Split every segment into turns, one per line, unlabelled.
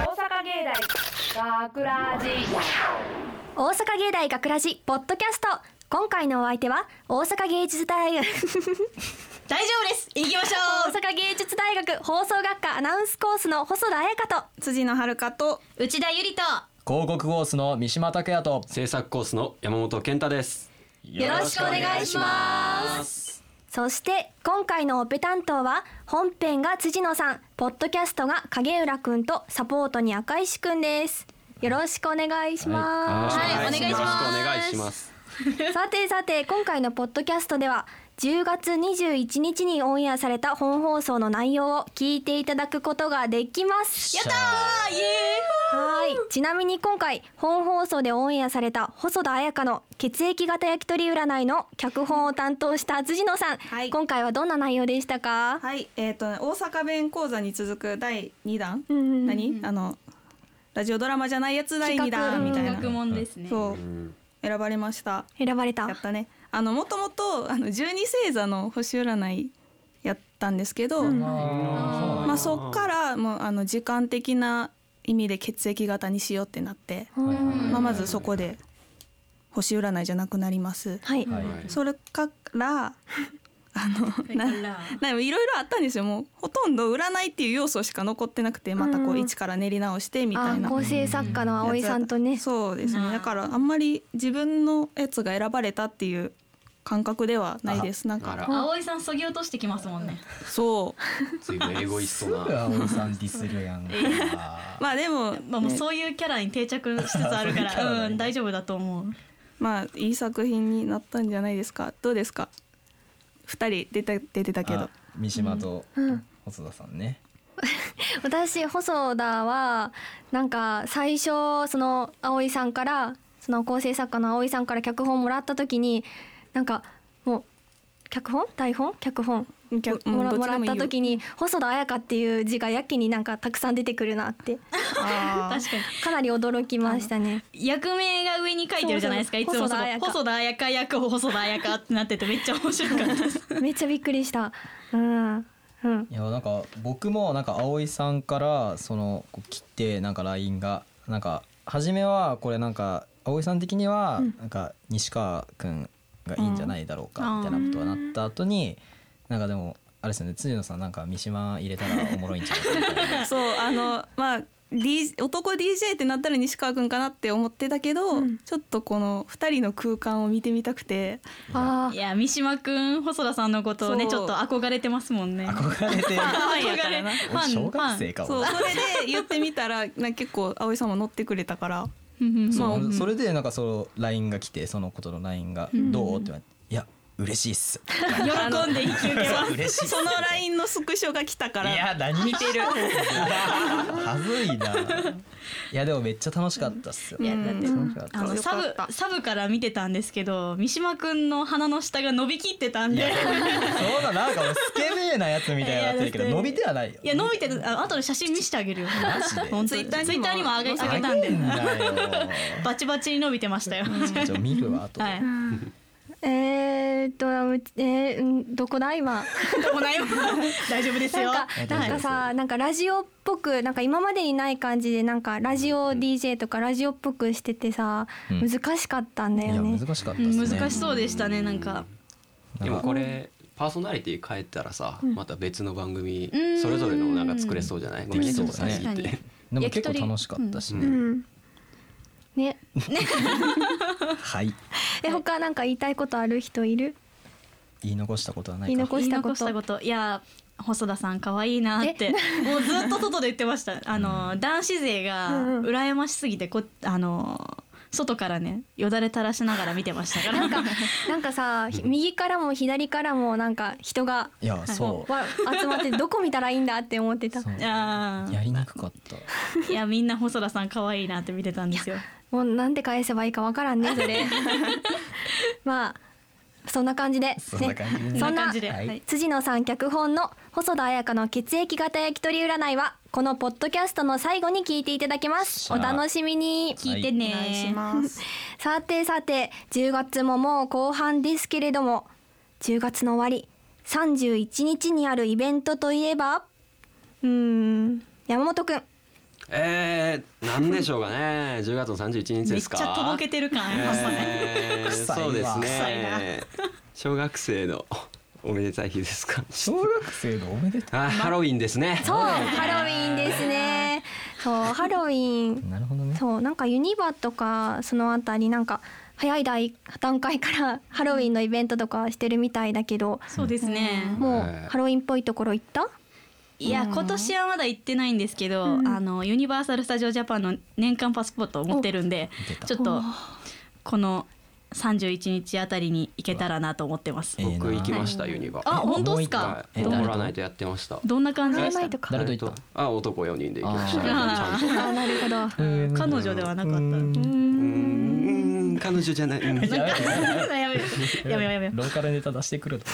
大学ラジ
大阪芸大学ラジポッドキャスト今回のお相手は大阪芸術大学
大丈夫です行きまし
大
ょう
阪芸術大学放送学科アナウンスコースの細田彩香と
辻野遥と
内田ゆりと
広告コースの三島拓也と
制作コースの山本健太です
よろしくお願いし
ます
そして今回のオペ担当は本編が辻野さんポッドキャストが影浦くんとサポートに赤石くんですよろしくお願いします、
はいお願いし
よろく
ます
お願いします
さてさて今回のポッドキャストでは10月21日にオンエアされた本放送の内容を聞いていただくことができます
やったーイエ
はいちなみに今回本放送でオンエアされた細田彩香の血液型焼き鳥占いの脚本を担当した辻野さん、
はい
今回はどんな内容でしたか、
はいえっ、と大阪弁講座に続く第二弾、
うんうんうん
何あのラジオドラマじゃないやつ第二弾みたい
ーイ
な
学問ですね
そううん選ばれました
選ばれた
やったねあのもともとあの十二星座の星占いやったんですけど、
うん
まあそっからもうあの時間的な意味で血液型にしようってなって、
うん
まあまずそこで星占いじゃなくなります。
はい、
はい
それからあのななんかいろいろあったんですよもうほとんど占いっていう要素しか残ってなくてまたこ
うん
う一から練り直してみた
あ
いな
構成作家の葵さんとね
そうですねだからあんまり自分のやつが選ばれたっていう感覚ではないですなん
あ
から
葵さんそぎ落としてきますもんね
そう
ずいぶんエゴイストな
葵さんディスるやんか
まあでも、
まあもうそういうキャラに定着しつつある
そういう
か
キャラなん
ら
や
うん大丈夫だと思う
まあいい作品になったんじゃないですかどうですか二人出た出てたけど
あ三島と
うん
細田さんね
私細田はなんか最初その葵さんからその構成作家の葵さんから脚本もらった時になんかもう脚本台本脚本
逆
もら
ど
も
ち
らっ
でもいい
た
よ
時に細田彩香っていう字がやけになんかたくさん出てくるなって
あー
確かに
かなり驚きましたね。
役名が上に書いてるじゃないですか
そう
い
そう
つもそこ
細田彩香
細田彩香役を細田彩香ってなっててめっちゃ面白かったです
めっちゃびっくりした。うんうん
いやなんか僕もなんか葵さんからそのこう切ってなんか LINE がなんか初めはこれなんか葵さん的には
うん
なんか西川くんがいいんじゃないだろうかみたいなことはなった後になんかでもあれですよね辻野さんなんか三島入れたらおもろいんじゃないかみたいな
そうあのまあ、D、男 DJ ってなったら西川君かなって思ってたけど、
うん
ちょっとこの2人の空間を見てみたくて
あ
いや三島くん細田さんのことをね
そう
ちょっと憧れてますもんね
憧れて
憧れ
からな
ファン
小学生
フ
かも
そうそれで言ってみたらなんか結構葵さんも乗ってくれた から
ァンうんうん
そう
まあ
それでなんかその LINE が来てそのことの LINE が「どう?」って言われて「いや嬉しいっす」
喜んで引き受けま
「
す
嬉しいっす
その LINE のスクショが来たか」
い
ら
や何見てるはずいないやでもめっちゃ楽しかったっすよ
いやだって
楽しかっ
あ
た
の
よ
サ
かっ
ブ
た
サブから見てたんですけど三島くんの鼻の下が伸びきってたん
い
で
やそうだなんか俺スケベなやつみたいになってるけど
いやいやだって
伸びてはないよ
いや伸びてるあ後で写真見せてあげるよ
マジで
本当
ツイッターにも
ツイッターにもあげあげたん
げ
で
んだよ
バチバチに伸びてましたよ、
ちょっと見るわと、
はい
えー、っとうちえーうんどこだ今。
どこないも 大丈夫ですよ
なんか
はい
なんかさなんかラジオっぽくなんか今までにない感じでなんかラジオ DJ とかラジオっぽくしててさ、
うん
難しかったんだ
い
よ
や
ね。
難しかった
う
っす
ん
ね
難しそうでしたねなんか
で
な
も
んか
これパーソナリティ変えたらさ
ん
また別の番組
うん
それぞれのなんか作れそうじゃないごめんね
できそう
ちょっと先行って
確か
でも結構楽しかったし
う
ね、
ん、ね
はい
え他なんか言いたいことある人いる？
言い残したことはない
言
か
い残
言
し
い
たこ
残
と
したこといや細田さん可愛いなってもうずっと外で言ってましたあの男子勢が
うんうん
羨ましすぎてこあの外からねよだれ垂らしながら見てましたから
なんかさひ右からも左からもなんか人が
いやそう
わ集まってどこ見たらいいんだって思ってた
そ。う
あ
やりにくかった
ーいやみんな細田さん可愛いなって見てたんですよ
もうなんて返せばいいかわからんねそ れ。まあそんな感じで、ね、
そんな感じでね
そ
そ
ん
んな
な
感じで、
はい
はい
辻野さん脚本の細田彩香の血液型焼き鳥占いはこのポッドキャストの最後に聞いていただけますお楽しみに
聞いてね
お願いします
さてさて10月ももう後半ですけれども10月の終わり31日にあるイベントといえばうーん山本くん
えー、なんでしょうかね。10月の31日
め
で
っ
す
ち
か。
ゃとぼけてる感ありますね。
えー
臭いわ
そうです
臭いな
ね。小学生のおめでたい日ですか。
小学生のおめでた
あ、ハロウィンですね。
そうハロウィンですねそうハロウィン
いなるほどね
そうなんかユニバとかそのあたりなんか早い段段階から ハロウィンのイベントとかしてるみたいだけど、
そうですね。
もう
はい
ハロウィンっぽいところ行った？
いや今年はまだ行ってないんですけど、
うん
あのユニバーサル・スタジオ・ジャパンの年間パスポートを持ってるんで
出た
ちょっとこの31日あたりに行けたらなと思ってます。
え
僕行きました、
はい
ユニバ。
あ本当です
もう一
か
回え
ど
誰
う
と
もらないとやってました。
どんな感じで
ラ
し
マ
た
イとか。
誰と行った
あ、男4人で行きました。ち
あ
ゃ
ー
んと。
あなるほど。
うん
彼女ではなかった。
うーん、彼女じゃない。う
や
ん
べえ
やめようやめようやめよう
ローカルネタ出してくると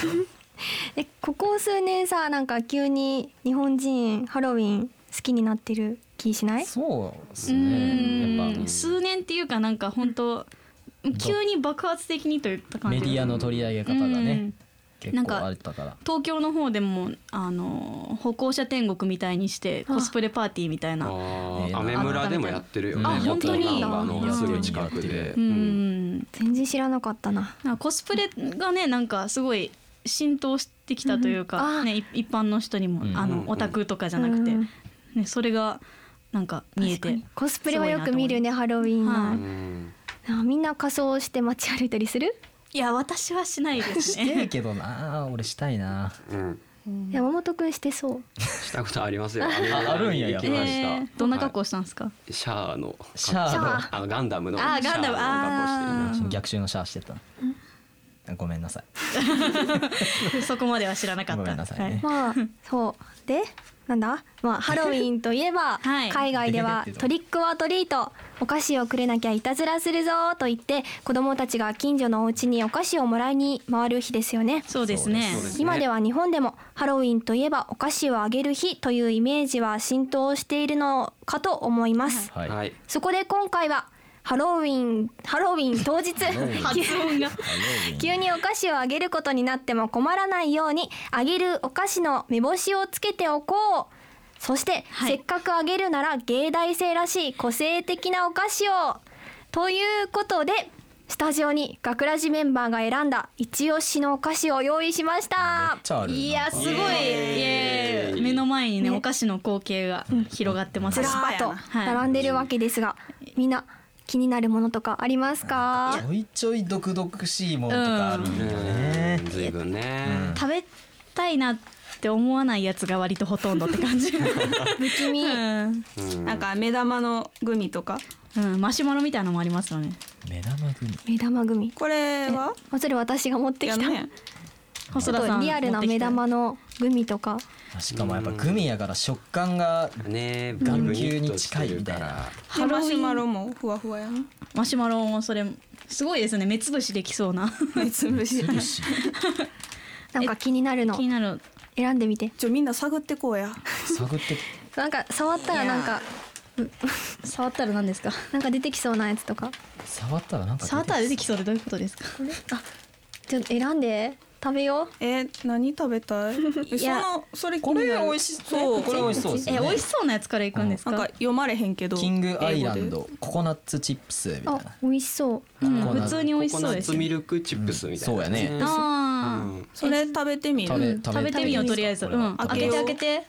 えここ数年さなんか急に日本人ハロウィン好きになってる気しない？
そうです
う
ねやっ
ーん数年っていうかなんか本当急に爆発的にといった
ぱ
感
メ
じ
ディアの取り上げ方が
う
ね
ん
結構あったから
東京の方でもあの歩行者天国みたいにしてコスプレパーティーみたいな
あ
え
ー
ー
アメ村でもやってるよね。
あ本当に
ナンバーのすぐ近く
や
で
っ。
う
う
ん
ん
全然知らなかったな。
なんかコスプレがねなんかすごい浸透してきたという
うんあ
か、
ー
ね、い一般の人にも、
うん
あ
うん
の
うん
オタクとかじゃなくて、
うん
ね、それがなんか見えて
コスプレはよく見るねハロウィンは、
は
うん
あみんな仮装して街歩いたりする？
いや私はしないです
してる
ね。
けどな俺したいな
うん
山本くんして そう。
したことありますよ。ア メ
あるんや
村に行き
やっ
ま
ぱ
した。
えーどんな格
は
好したんですか、
いシャアの。
シャアの
あのガンダムの。
あーガンダム
シャアの格好していまし
逆襲のシャアしてたのごめんなさい
そこまでは知らなかった。
ごめんなさいね
は
まあそうでなんだまあハロウィンといえば、
はい
海外ではトリックオアトリートお菓子をくれなきゃいたずらするぞと言って子どもたちが近所のお家にお菓子をもらいに回る日ですよね。
そうですね。
そうです
今では日本でもハロウィンといえばお菓子をあげる日というイメージは浸透しているのかと思います。
はい
た。はい。
そこで今回はハロウィンハロウィン当 日
発音が
急にお菓子をあげることになっても困らないようにあげるお菓子の目星をつけておこうそして、
はい
せっかくあげるなら芸大生らしい個性的なお菓子をということでスタジオに学ラジメンバーが選んだ一押しのお菓子を用意しまし
め
た
っちゃある
いやすごいイ
エーイ
エーイ目の前にね
ね
お菓子の光景が広がってます。
ずらーっと
はい
並んでるわけですが、みんな気になるものとかありますか
ちょいちょい毒々しいものとかあるんだよね
うんずいぶんね。
食べたいなって思わないやつが割とほとんどって 感じ。
不気味
うん
うん
なんか目玉のグミとか
うん、マシュマロみたいなのもありますよね。
目玉グミ
目玉グミ
これは
あそれ私が持ってき
や
た、
ね
ちょ
細
っ
田さ
と
ん
リアルな目玉のグミとか
しかもやっぱグミやから食感が
ね、
眼球
ブニブニっと
に近いみたいな
でマシュマロもふわふわやな
マシュマロもそれすごいですね目つぶしできそう な
目つぶし
美味しい
なんか気になるの
気になる
選んでみて
ちょみんな探ってこうや
探って
なんか触ったらなんか
触ったら何ですか
なんか出てきそうなやつとか
触ったらなんか
触ったら出て
き
きそうでどういうことですか
ちょっと選んで食べよう
え何食べたいえそ
や
のそれ
これ美味
し
しそうこれ美味しそうです
え
ね
美味しそうなやつからいくんです
なんか
か
読まれへんけど
キングアイラン
英語
ドココナッツチップスみたい
あ
な
美味しそう
うん
ココナッ
普
ツ
通に美味し
ココ
そ
ナ
うで
ッ
す
ツミルクチップスみたいな、
うんそうや
ね。
あー
でそれ食べてみ
食べ
る
うん
食べてみようとりあえず
食べてみ
うん
よう
開けて開けて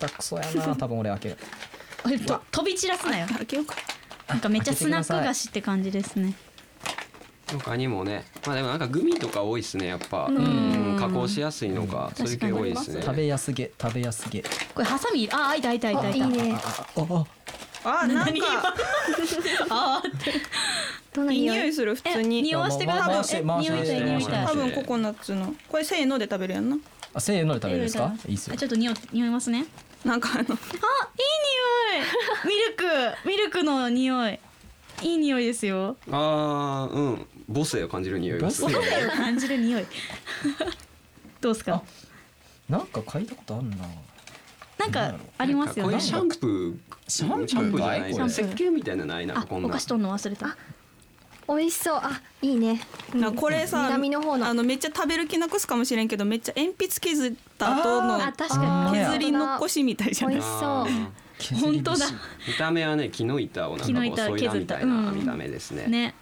下手くそやな 多分俺開ける
えと飛び散らすなよ
開けようか
なんかめっちゃスナック菓子って感じですね
他にもね、まあでもなんかグミとか多いですね、やっぱ。うん加工しやすいのか、そういう系多いですね。
食べやすげ食べやすげ
これハサミあ開いた開いた
あ
開
い
い
い
た
ね
あああ
あなんか
あー
どんない
い
匂
匂
い
いする普
え
通に
匂わしてくだ
回し
さい
て
え
回
匂
し
い
て
たい匂いたい
多分ココナッツのこれせーので食べるやんな
あせーので食べるんですかいいっすよ
あちょっと匂い匂いますね
なんかあの
あいい匂いミルクミルクの匂いいい匂いですよ
ああ、うん、母性を感じる匂いがする。
母性
感じる匂いどうですか
なんか嗅いだことあるな
なん
なん
か
だろう
ありますよ
こういう
ね
シャンプー、
シャンプー
シャンプーじゃない
シ
シ
ャ
ャ
ン
ン
プ
プ
ー
ー石鹸みたいなのないなん
あ
かこんな
お菓子とんの忘れた
美味しそうあいいね
なんかこれさ
南の方の
あのめっちゃ食べる気なくすかもしれんけどめっちゃ鉛筆削った後の
あ確か
あ
に
ー
削り残しみたいじゃ
美
ない
味しそう
あー
削り節
本当だ
見た目はね木の板をなんかこ
木の
う
板
削いだみたい
削った
な
うん
見た目ですね。
ね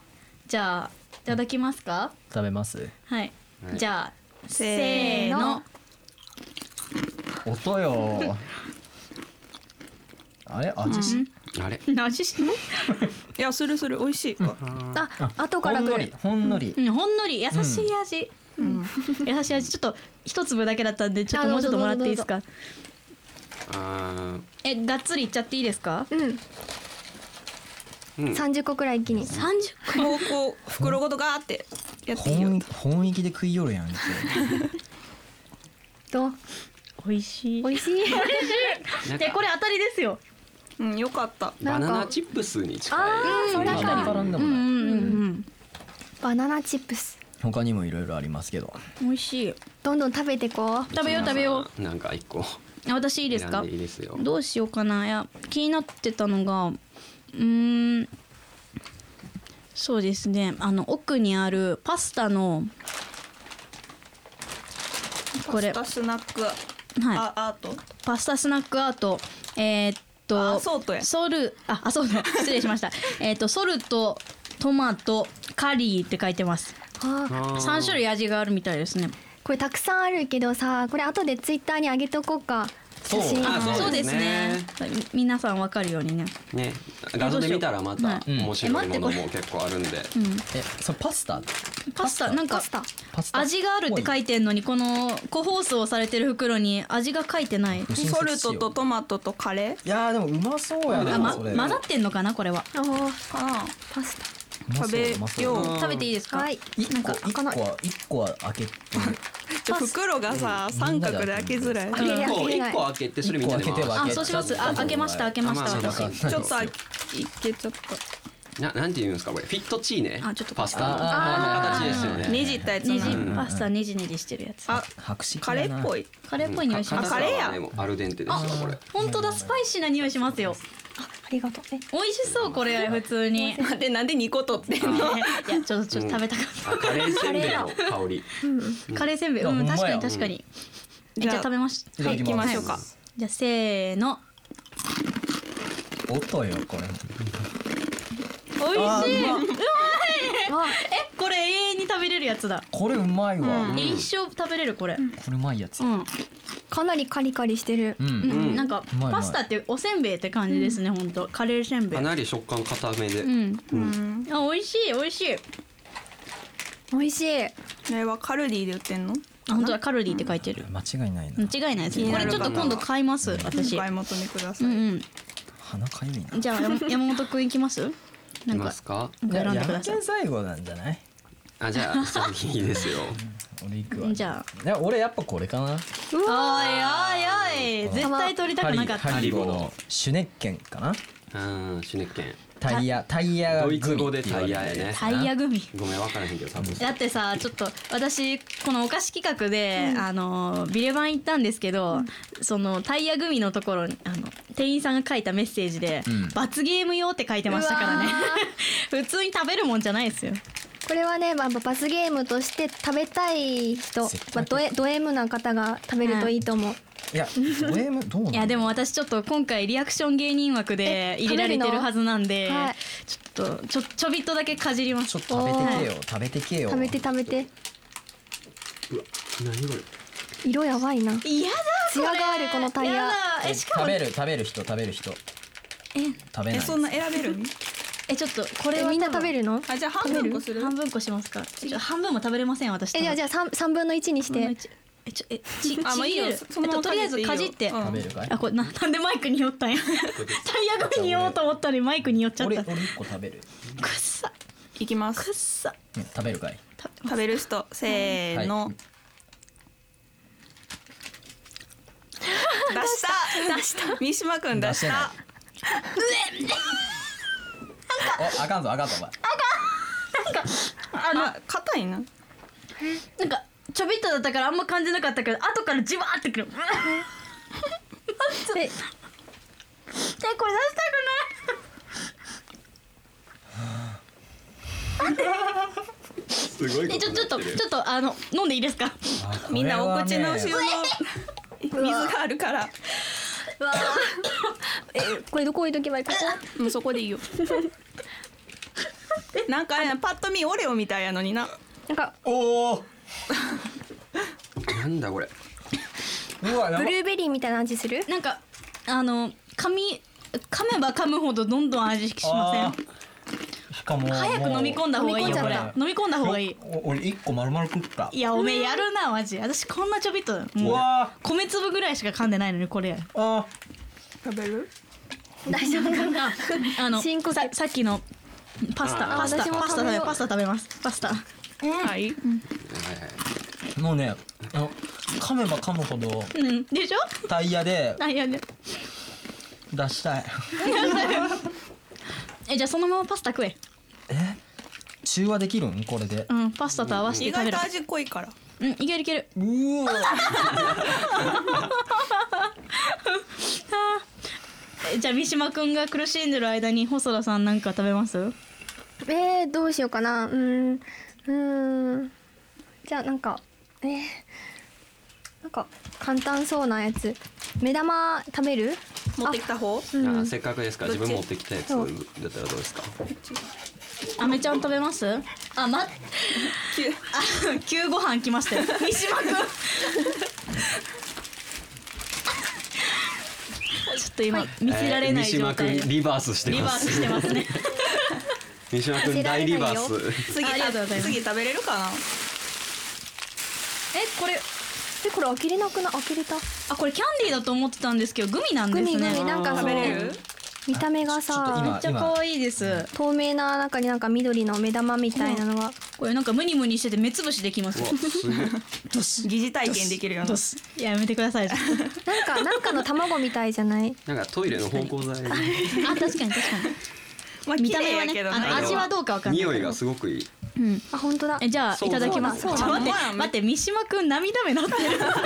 じゃあいただきますか
食べます
はい、
はい
じゃあ
せ
せ
ー
ー
の
の
音よあれ味し、
あれ
味しない
いやするする美味しい。
あ後か
ほ
ら
ん
来
の
る
りほんのり、
うんほんのり優しい味、優しい味ちょっと一粒だけだったんでちょっと
あ
も
ど
う
うぞ
ちょっともらっていいですか
あ
えがっつりいっちゃっていいですか
うん
ーうん
30個くらい一気に
三十
もうこう袋ごとガーってやっていいよ
本。本域で食いよるやんけ
どう
美味しい
美味しい
なん
で
か
これ当たりですよ
うんよかった。
バナナチップスに近い。
あーそれ
あんまり絡んでもない、
うんうん
バナナチップス
他にもいろいろありますけど
美味しい
どんどん食べてこう
食べよう食べよ
う。なんか一個
うあ私いいです
選
か
んいいですよ。
どうしようかないや気になってたのがうーんそうですねあの奥にあるパスタのこれ
パスタスナック
はい
あアート。
パスタスナックアートえーっと
あソートや
ソルああそうだ失礼しましたえーっとソルトトマトカリーって書いてます
あー
あー
三種類味があるみたいですね
これたくさんあるけどさこれ後でツイッターにあげとこうか
そう
写真
あ
そうですねみ皆さんわかるようにね
ね画像で見たらま
は
た
い
面白いもの
え待
も結構あるんで。
えそれパスタ
パスタなんか
パスタ
パスタ
味があるって書いてんのにこの個包装されてる袋に味が書いてない
不親切
ソルト
仕
と
様
トマトとカレー
いやーでもうまそうや
あ、
な、
ま、
それ
混ざってんのかなこれは
あー
かな。
パス
うまそう
食べ
うまそう
よう
食べていいです
タ
か、
はい
一個
なんか
一個は一個は開 けて
じゃあ袋がさ三角で開けづらい。
開けれ
一個
開けれない
一個開けてそれみんなで
一個開けては
あそうしますあ開けました開けました
あまあ
私
まあ
ち
ちょっと開
け
けちゃった。
ななんて言うんですかこれフィットチーネ
あちょっと
パスタの
あ
形ですよね
ねじったやつ
ネ
な
ジ
の。
パスタネジネジしてるやつ
あ
白色
カレーっぽい。
カレーっぽい匂いします
あカレーや
でもアルデンテですよこれ
本当だスパイシーな匂いしますよ
ありがとうえ
美味しそうこれ普通にいや
待ってなんで二個取ってんの。
ちょっとちょっと食べたかっ
あカレーせんべいの香り
たカレーせんべい
いや
うん
ほんまや
確かに確かにえじゃあ食べまし
いた
は
だきます
い行きましょうか
じゃあせーの
音よこれ
美味しい
あ
えこれ永遠に食べれるやつだ
これうまいわ、
え一生食べれるこれ
これうまいやつ
う
うん
かなりカリカリしてる
ん、
うんんなんか
うまいうまい
パスタっておせんべいって感じですね本当カレーせんべい
かなり食感硬めで、
うん
うん。
あ美味しい美味しい
美味しい
あれはカルディで売ってんの？
あ本当だカロリーって書いてる
間違いないな、
間違いないですねこれちょっと今度買います私
お買い求めくだ
う
さい。
ん
鼻かゆいな
うんじゃあ山山本くんいきますないん
ま
か
すか
なんか選んでくださ
やめちゃ最後なんじゃない
あじゃあ先にですよ
俺行くわ
いじゃあ
いや俺やっぱこれかな
おいおいおい絶対取りたくなかった
ハリボ
ハリボ
のシュネッケンかな
うんシュネッケン
タイヤタイヤが
ド
グミ
イツ語で
って言
タ
われ
イ
てる
ヤやね
タイヤ組
ごめんわからへんけど多分
だっ てさちょっと私このお菓子企画で、あのビレバン行ったんですけど、そのタイヤ組のところにあの店員さんが書いたメッセージで、
うん
罰ゲーム用って書いてましたからね 普通に食べるもんじゃないですよ
これはね、まあ、罰ゲームとして食べたい人
絶、
ま
対
あ、ド M ド M な方が食べるといいと思う、
いやド M どうなの
いやでも私ちょっと今回リアクション芸人枠で
え
入れられてるはずなんで、
食べるのはい
ちょっとちょちょびっとだけかじりま
ち
す
ょっと食べてけよ食べてけよ
食べて食べて
何これ
色やばいな
嫌だこれ
艶があるこのタイヤ
やだ
え
えしか
食
も
べる食べる人食べる人食べない
えそんな選べるの？
えちょっとこれ
え
は
みんな
多
食
分
べるの
あじゃあ半分こする。
半分こしますかちょっと半分も食べれません私
えじゃあじゃあ 3, 3分の1にし
そんな
て
一えちょえち
あもういいよ
ちぎれる
そそのまま
えっととりあえずかじって、
かじっていいよ
食べるかい
あこれななんでマイクに寄ったんやタイヤ組に寄おうと思ったのにマイクに寄っちゃっ
俺
た
俺
くっ
一個食べる
さ
いきます
く。っさ
うん食べるかい
食べる人せーの、
はい
出した出した三島くん出
出して
し
ない
た
おあかんぞあかんぞお前
あの硬いな
なんかちょびっとだったからあんま感じなかったけど後からじわーってく るえこれ
え
出したくない
すごい
えちょちょっとちょっとあの飲んでいいですか
みんなお口の後
し
ろの水があるから
わ
えこれどこ置いとけばいいか
もうそこでいいよなんかあれなパッと見オレオみたいやのにな
なんか
おお
なんだこれ
うわや
ブ
ば
ルーベリーみたいな味する
なんかあの噛み噛めば噛むほどどんどん味しませ
あ
ん
ーしかも
早く飲み込んだ方がいいよこれ飲み込んだ方がいい
お俺一個丸々食った
いやおめえやるなマジ私こんなちょびっとだよ
う
もう
わ
米粒ぐらいしか噛んでないのにこれ
ーあ
食べる
大丈夫かな
あの
深呼吸
ささっきのパスタ
あー
パスタ
私も
パスタ
食
食
べ
べ
よう
パスタ食べますパスタ
はい
はいはい
ーもうねあの噛めば噛むほど
うんでしょ
タイヤで
あいやね
出したい
えじゃあそのままパスタ食え
え中和できるんこれで
うんパスタと合わせて
意
食べ
外
る
と味濃いから
うんいけるいける
うわ
えじゃあ三島くんが苦しんでる間に細田さんなんか食べます
えー、どうしようかなうーんうーんじゃあなんかえー、なんか簡単そうなやつ目玉食べる
持ってきた方
うん
あーせっかくですから自分持ってきたやつだったらどうですか
あめちゃん食べますあま
急
あ急ご飯来ましたよ三島くんちょっと今見せられない状態
えー三島
で
君リバースして
リバ
ま
ース
す
してますね
三島
見
君
せられ
大
ない
リ
よ
バース
次
ありがとうございます
次食べれるかな
えこれ
えこれ開けれなくな開けれた
あこれキャンディーだと思ってたんですけどグミなん
グ
です
ミ
ね
グミなんか
食
その
べれる
見た目が
ちょっと
さ
今
めっちゃ可愛いです
透明な中になんか緑の目玉みたいなのが
これなんかムニムニしてて目つぶしできます
うわすげえ
疑似体験できるような
どうすいややめてください あ
なんかなんかの卵みたいじゃない
なんかトイレの芳香剤
確かに確か
まあ
に
綺
見た目は
麗や
ね
けど
あの
な
味はどうかわかんない
匂いがすごくいい
うん
あ本当だ
えじゃあいただきますち
そ
ょ
う
っ
だ
と待
そ
っ
うだ
て待って三島くん涙目にな ってる
いや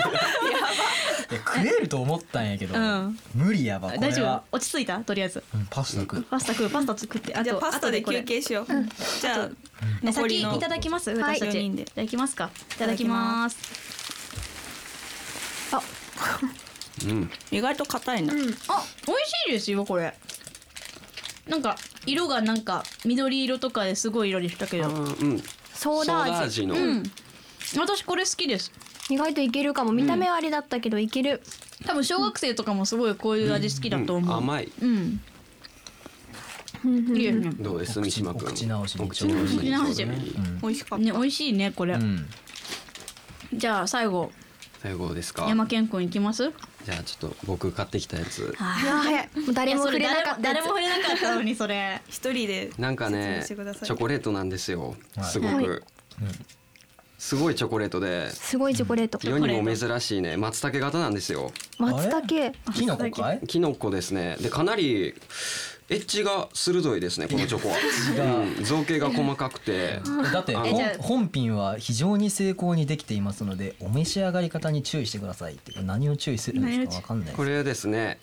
食えると思ったんやけど、
うん
無理やばこれは
大丈夫落ち着いたとりあえず
うんパスタ食う
パスタ食うパスタ作ってあと
じゃあパスタで
これ
休憩しようじゃあ
え
残り
先
の
いただきます
い
私た
四
ち、
人
い、
で
ただきますかいただきます
うん
意外と硬いな
あ美味しいですよこれなんか色がなんか緑色とかですごい色でしたけ
あ
ど
ーうん
ソーダ味
の
うん私これ好きです
意外といけるかも見た目はあれだったけどいける、
多分小学生とかもすごいこういう味好きだ
う
と
ん
思う
甘い
うん、
うん
いいよね
どうです三島君
お口直しに
お口直しに
お口直し
うん
美味しかった
ね美味しいねこれ、
うん
じゃあ最後
最後ですか
山健君いきます
じゃあちょっと僕買ってきたやつ
いや早いもう誰も触れなかったやつ
誰も触れなかったのにそれ
一人で
なんかね
説
チ
明してください
ョコレートなんですよ
はい
すご
はい
くすごいチョコレートです
ごいチョコレート
世にも珍しいね松茸型なんですよ
松茸
キノコかい
キノコですねでかなりエッジが鋭いですねこのチョコは、うん、造形が細かくて
だって
あ
ほ
え
ん
じ
ゃあ
本品は非常に精巧にできていますのでお召し上がり方に注意してくださいってこれ何を注意するのかわかんない
これですね、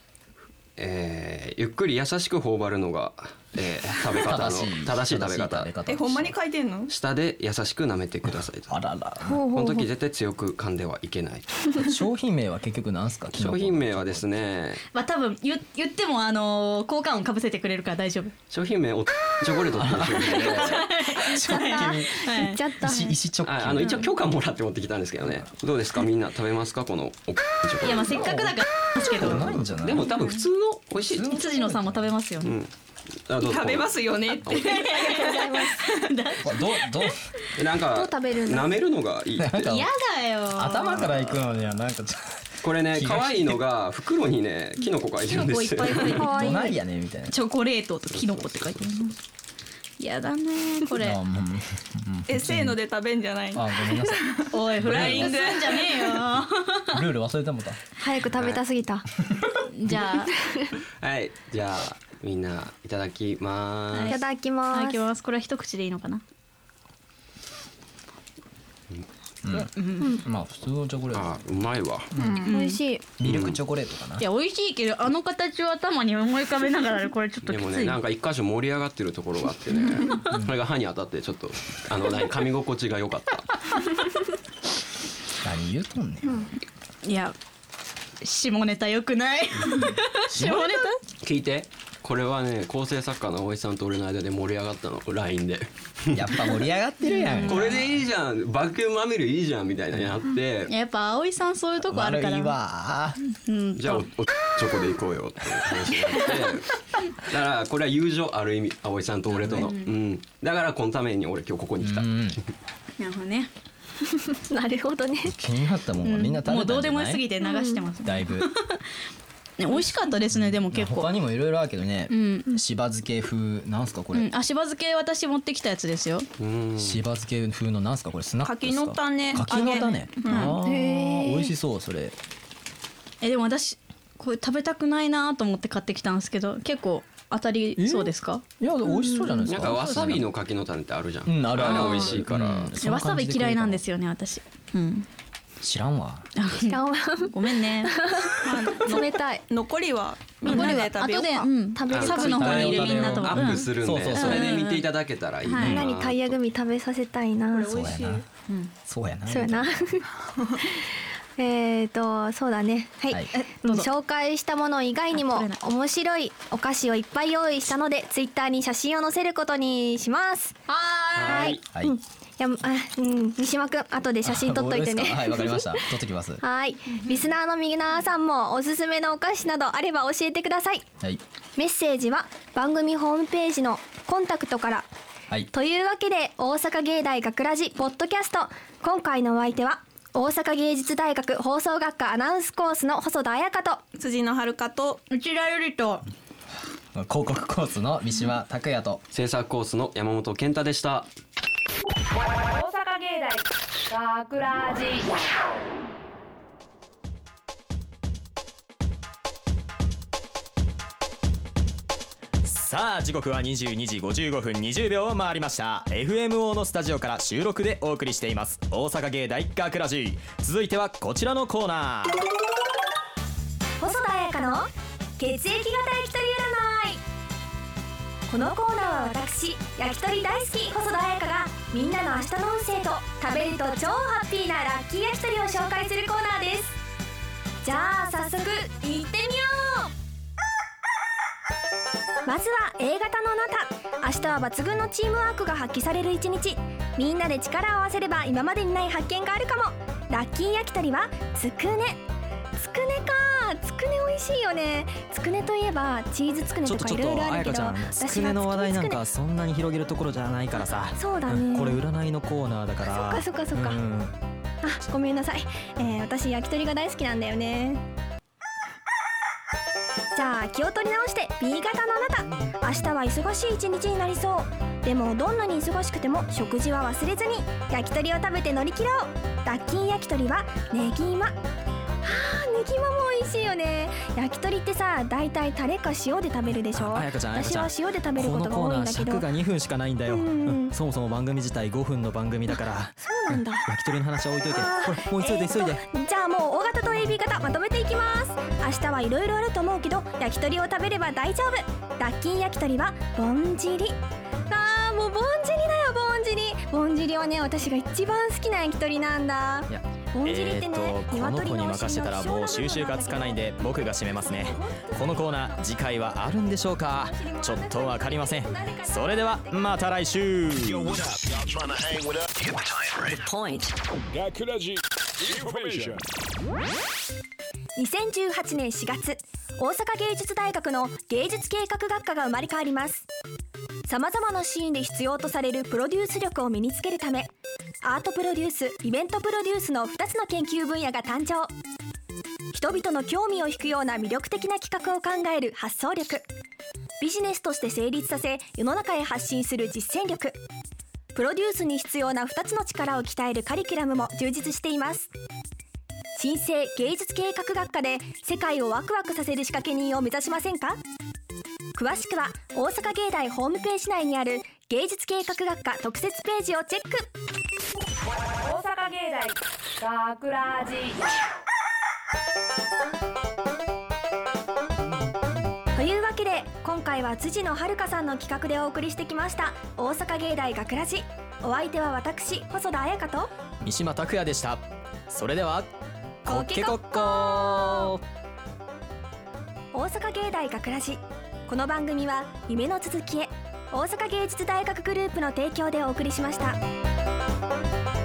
えーゆっくり優しく頬張るのが、えー食べ方の正しい食べ方
えほんまに書いてんの
下で優しく舐めてくださいと
あらら
ほうほ
こ
う
の
ほう
時絶対強く噛んではいけないと
商品名は結局なんすかキノコ
商品名はですね
まあ多分言言ってもあのー、効果音かぶせてくれるから大丈夫
商品名をチョコレートっていう商 品で
はい
言っちゃった
石石直
あ
球
あの一応許可もらって持ってきたんですけどねどうですかみんな食べますかこのおチョコ
い
レ
やまあ
ー
せっかくだからですけど
ないんじゃない
トでも多分普通の美味しい
辻野さんも食べますよ
う
ね、
んあどうぞ
食べますよねって
わどうどう
なん
どう
か
食べるんだ
舐めるのがいいって
なんか
嫌だよ
頭からいくのにはなんかちょ
これね
気が
可愛いのが袋にねキノコがいるんですよ
キノコいっぱい入ってる
か
っ
わ
と
い
ど
い
ないやねみたいな
チョコレートとキノコって書いてあるや だねこれ
あもううん
えせーので食べんじゃないの
あごめんなさ
おいフライング すんじゃねえよ
いルール忘れてもうた
早く食べたすぎた、
じゃあ
はいじゃあみんないただきま
い、
ー
た
す
だきま
い
す
ただきますこれは一口でいいのかな
まあ普通のチョコレート
あうまいわ
美味しい
ミルクチョコレートかない
や美味しいけどあの形を頭に思い浮かべながらでこれちょっと
で
きつ
もね
い
なんか一箇所盛り上がってるところがあってね これが歯に当たってちょっとあの何噛み心地が良かった
何言うとんねん
いや下ネタ良 くない下ネ
聞いてこれはね構成作家の大井さんと俺の間で盛り上がったの LINE で
やっぱ盛り上がってるやん
これでいいじゃんバクまみるいいじゃんみたいなのやって
タ やっぱ葵さんそういうとこある
悪
から
いわ
うん
じゃあおおチョコで行こうよっていう話にな ってだからこれは友情ある意味葵さんと俺との、うん、だからこのために俺今日ここに来た、
うん
なるほどね
なるほどね
気になったもんはみんな食べたんじゃない
もうどうでもよすぎて流してます、ね
だいぶ
美味しかったですねでも結構
他にもいろいろあるけどね
うん
しば漬け風なんすかこ
う
れ
ん、あしば漬け私持ってきたやつですよ
うん
しば漬け風のなんすかこれスナックですか
柿の種
柿の種ああ
へー
美味しそうそれ
えでも私これ食べたくないなと思って買ってきたんですけど結構当たりそうですか
いや美味しそうじゃないです
なん
か
かわさびの柿の種ってあるじゃん、
うんあるある
れ美味しいから、
うん
わさび嫌いなんですよね私うん
知らんわ
あ
ごめんね
冷たい
残りはみんなで食べよう
後で、
か
うん、
食べ
あ
よう
サブの方にいるみんなと
ア
は
ップするんで、
うんそうそう
そ
そう
れで見ていただけたらいいな、
はい
みんなにタイヤ組食べさせたいな
これ美味しい
そうやな
うん
そうやな
そうやな えっとそうだねはい、
はい
どうぞ
紹介したもの以外に
あ
も
取れない
面白いお菓子をいっぱい用意したのでツイッターに写真を載せることにします
は
は
はいい
い
はい
やあうん三島くん後で写真撮っといて
あ
ね
僕ですかはいわかり ました撮ってきます
はいリスナーの皆さんもおすすめのお菓子などあれば教えてください
はい
メッセージは番組ホームページのコンタクトから
はい
というわけで大阪芸大学ラジポッドキャスト今回のお相手は大阪芸術大学放送学科アナウンスコースの細田彩香と
辻の遥と
い、うちらよりと
広告コースの三島拓也と
制作コースの山本健太でした
大阪芸大学ラジ
さあ時刻は22時55分20秒を回りました FMO のスタジオから収録でお送りしています大阪芸大学ラジ続いてはこちらのコーナー
細田彩香の血液型焼き鳥占いこのコーナーは私焼き鳥大好き細田彩香がみんなの明日の運勢と食べると超ハッピーなラッキー焼き鳥を紹介するコーナーですじゃあ早速行ってみようまずは A 型のあなた明日は抜群のチームワークが発揮される一日みんなで力を合わせれば今までにない発見があるかもラッキー焼き鳥はつくねつくねかつくね美味しいよねつくねといえばチーズつくね
ちょ
と
っ
か
とちょ
い
っと
ろいろあるけ
彩香
ど
ちゃんつくねの話題なん
私は
かそんなに広げるところじゃないからさ
そうだね
んこれ占いのコーナーだから
そっかそっかそっか
うん
あごめんなさい、えー、私焼き鳥が大好きなんだよねじゃあ気を取り直して B 型のあなた明日は忙しい一日になりそうでもどんなに忙しくても食事は忘れずに焼き鳥を食べて乗り切ろうダッキン焼き鳥はネギマはあネギマも美味しいよね焼き鳥ってさ大体タレか塩で食べるでしょ
あ彩香ちゃん
私は
彩香ち
塩で食べる
こ
こ
の
とが
コ
多
ー
い
ナ
ん
ー
だけど
尺が2分しかないんだよ、
うんうん
うんそもそも番組自体5分の番組だから
そうなんだ
焼き鳥の話は置いといて
あー
ほらもう急いで急いで、
えーとじゃあもう O 型と AB 型まとめていきます明日はいろいろあると思うけど焼き鳥を食べれば大丈夫ダッキン焼き鳥はぼんじりあーもうぼんじりだよぼんじりぼんじりはね私が一番好きな焼き鳥なんだ
いや
ぼんじりっ
え
て
ー、
ね
とこの
鶏
子に
のお
任
尻
せてたらもう収集がつかないんで僕が締めますねこのコーナー次回はあるんでしょうかちょっとわかりませんそれではまた来週
information.
2018年4月大阪芸術大学の芸術計画学科が生まれ変わりますさまざまなシーンで必要とされるプロデュース力を身につけるためアートプロデュースイベントプロデュースの2つの研究分野が誕生人々の興味を引くような魅力的な企画を考える発想力ビジネスとして成立させ世の中へ発信する実践力プロデュースに必要な2つの力を鍛えるカリキュラムも充実しています新生芸術計画学科で世界をワクワクさせる仕掛け人を目指しませんか詳しくは大阪芸大ホームページ内にある芸術計画学科特設ページをチェック
大阪芸大学ラジ
というわけで今回は辻野遥さんの企画でお送りしてきました大阪芸大学ラジお相手は私細田彩香と
三島拓也でしたそれでは
コケコッコ大阪芸大学ラジこの番組は夢の続きへ大阪芸術大学グループの提供でお送りしました。